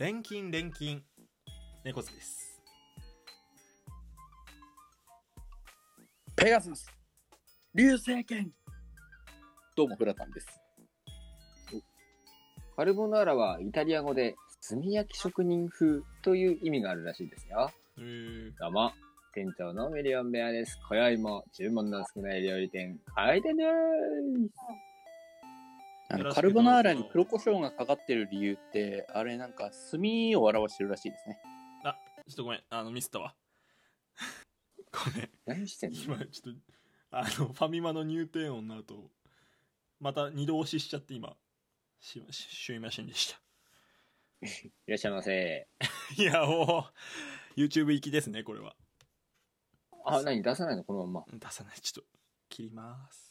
錬金錬金猫背ですペガサス流星剣どうもフラタンですカルボナーラはイタリア語で炭焼き職人風という意味があるらしいですよ。うーどうも、店長のミリオンベアです。今宵も注文の少ない料理店、開店でーす。あよろのしくカルボナーラに黒胡椒がかかってる理由ってあれなんか炭を表してるらしいですねちょっとごめんあのミスったわ ごめん何してんの今ちょっとあのファミマの入店音の後また二度押ししちゃって今ししすいませんでしたいらっしゃいませ。いやもう YouTube 行きですねこれはあ、何出さないのこのまんま。出さないちょっと切ります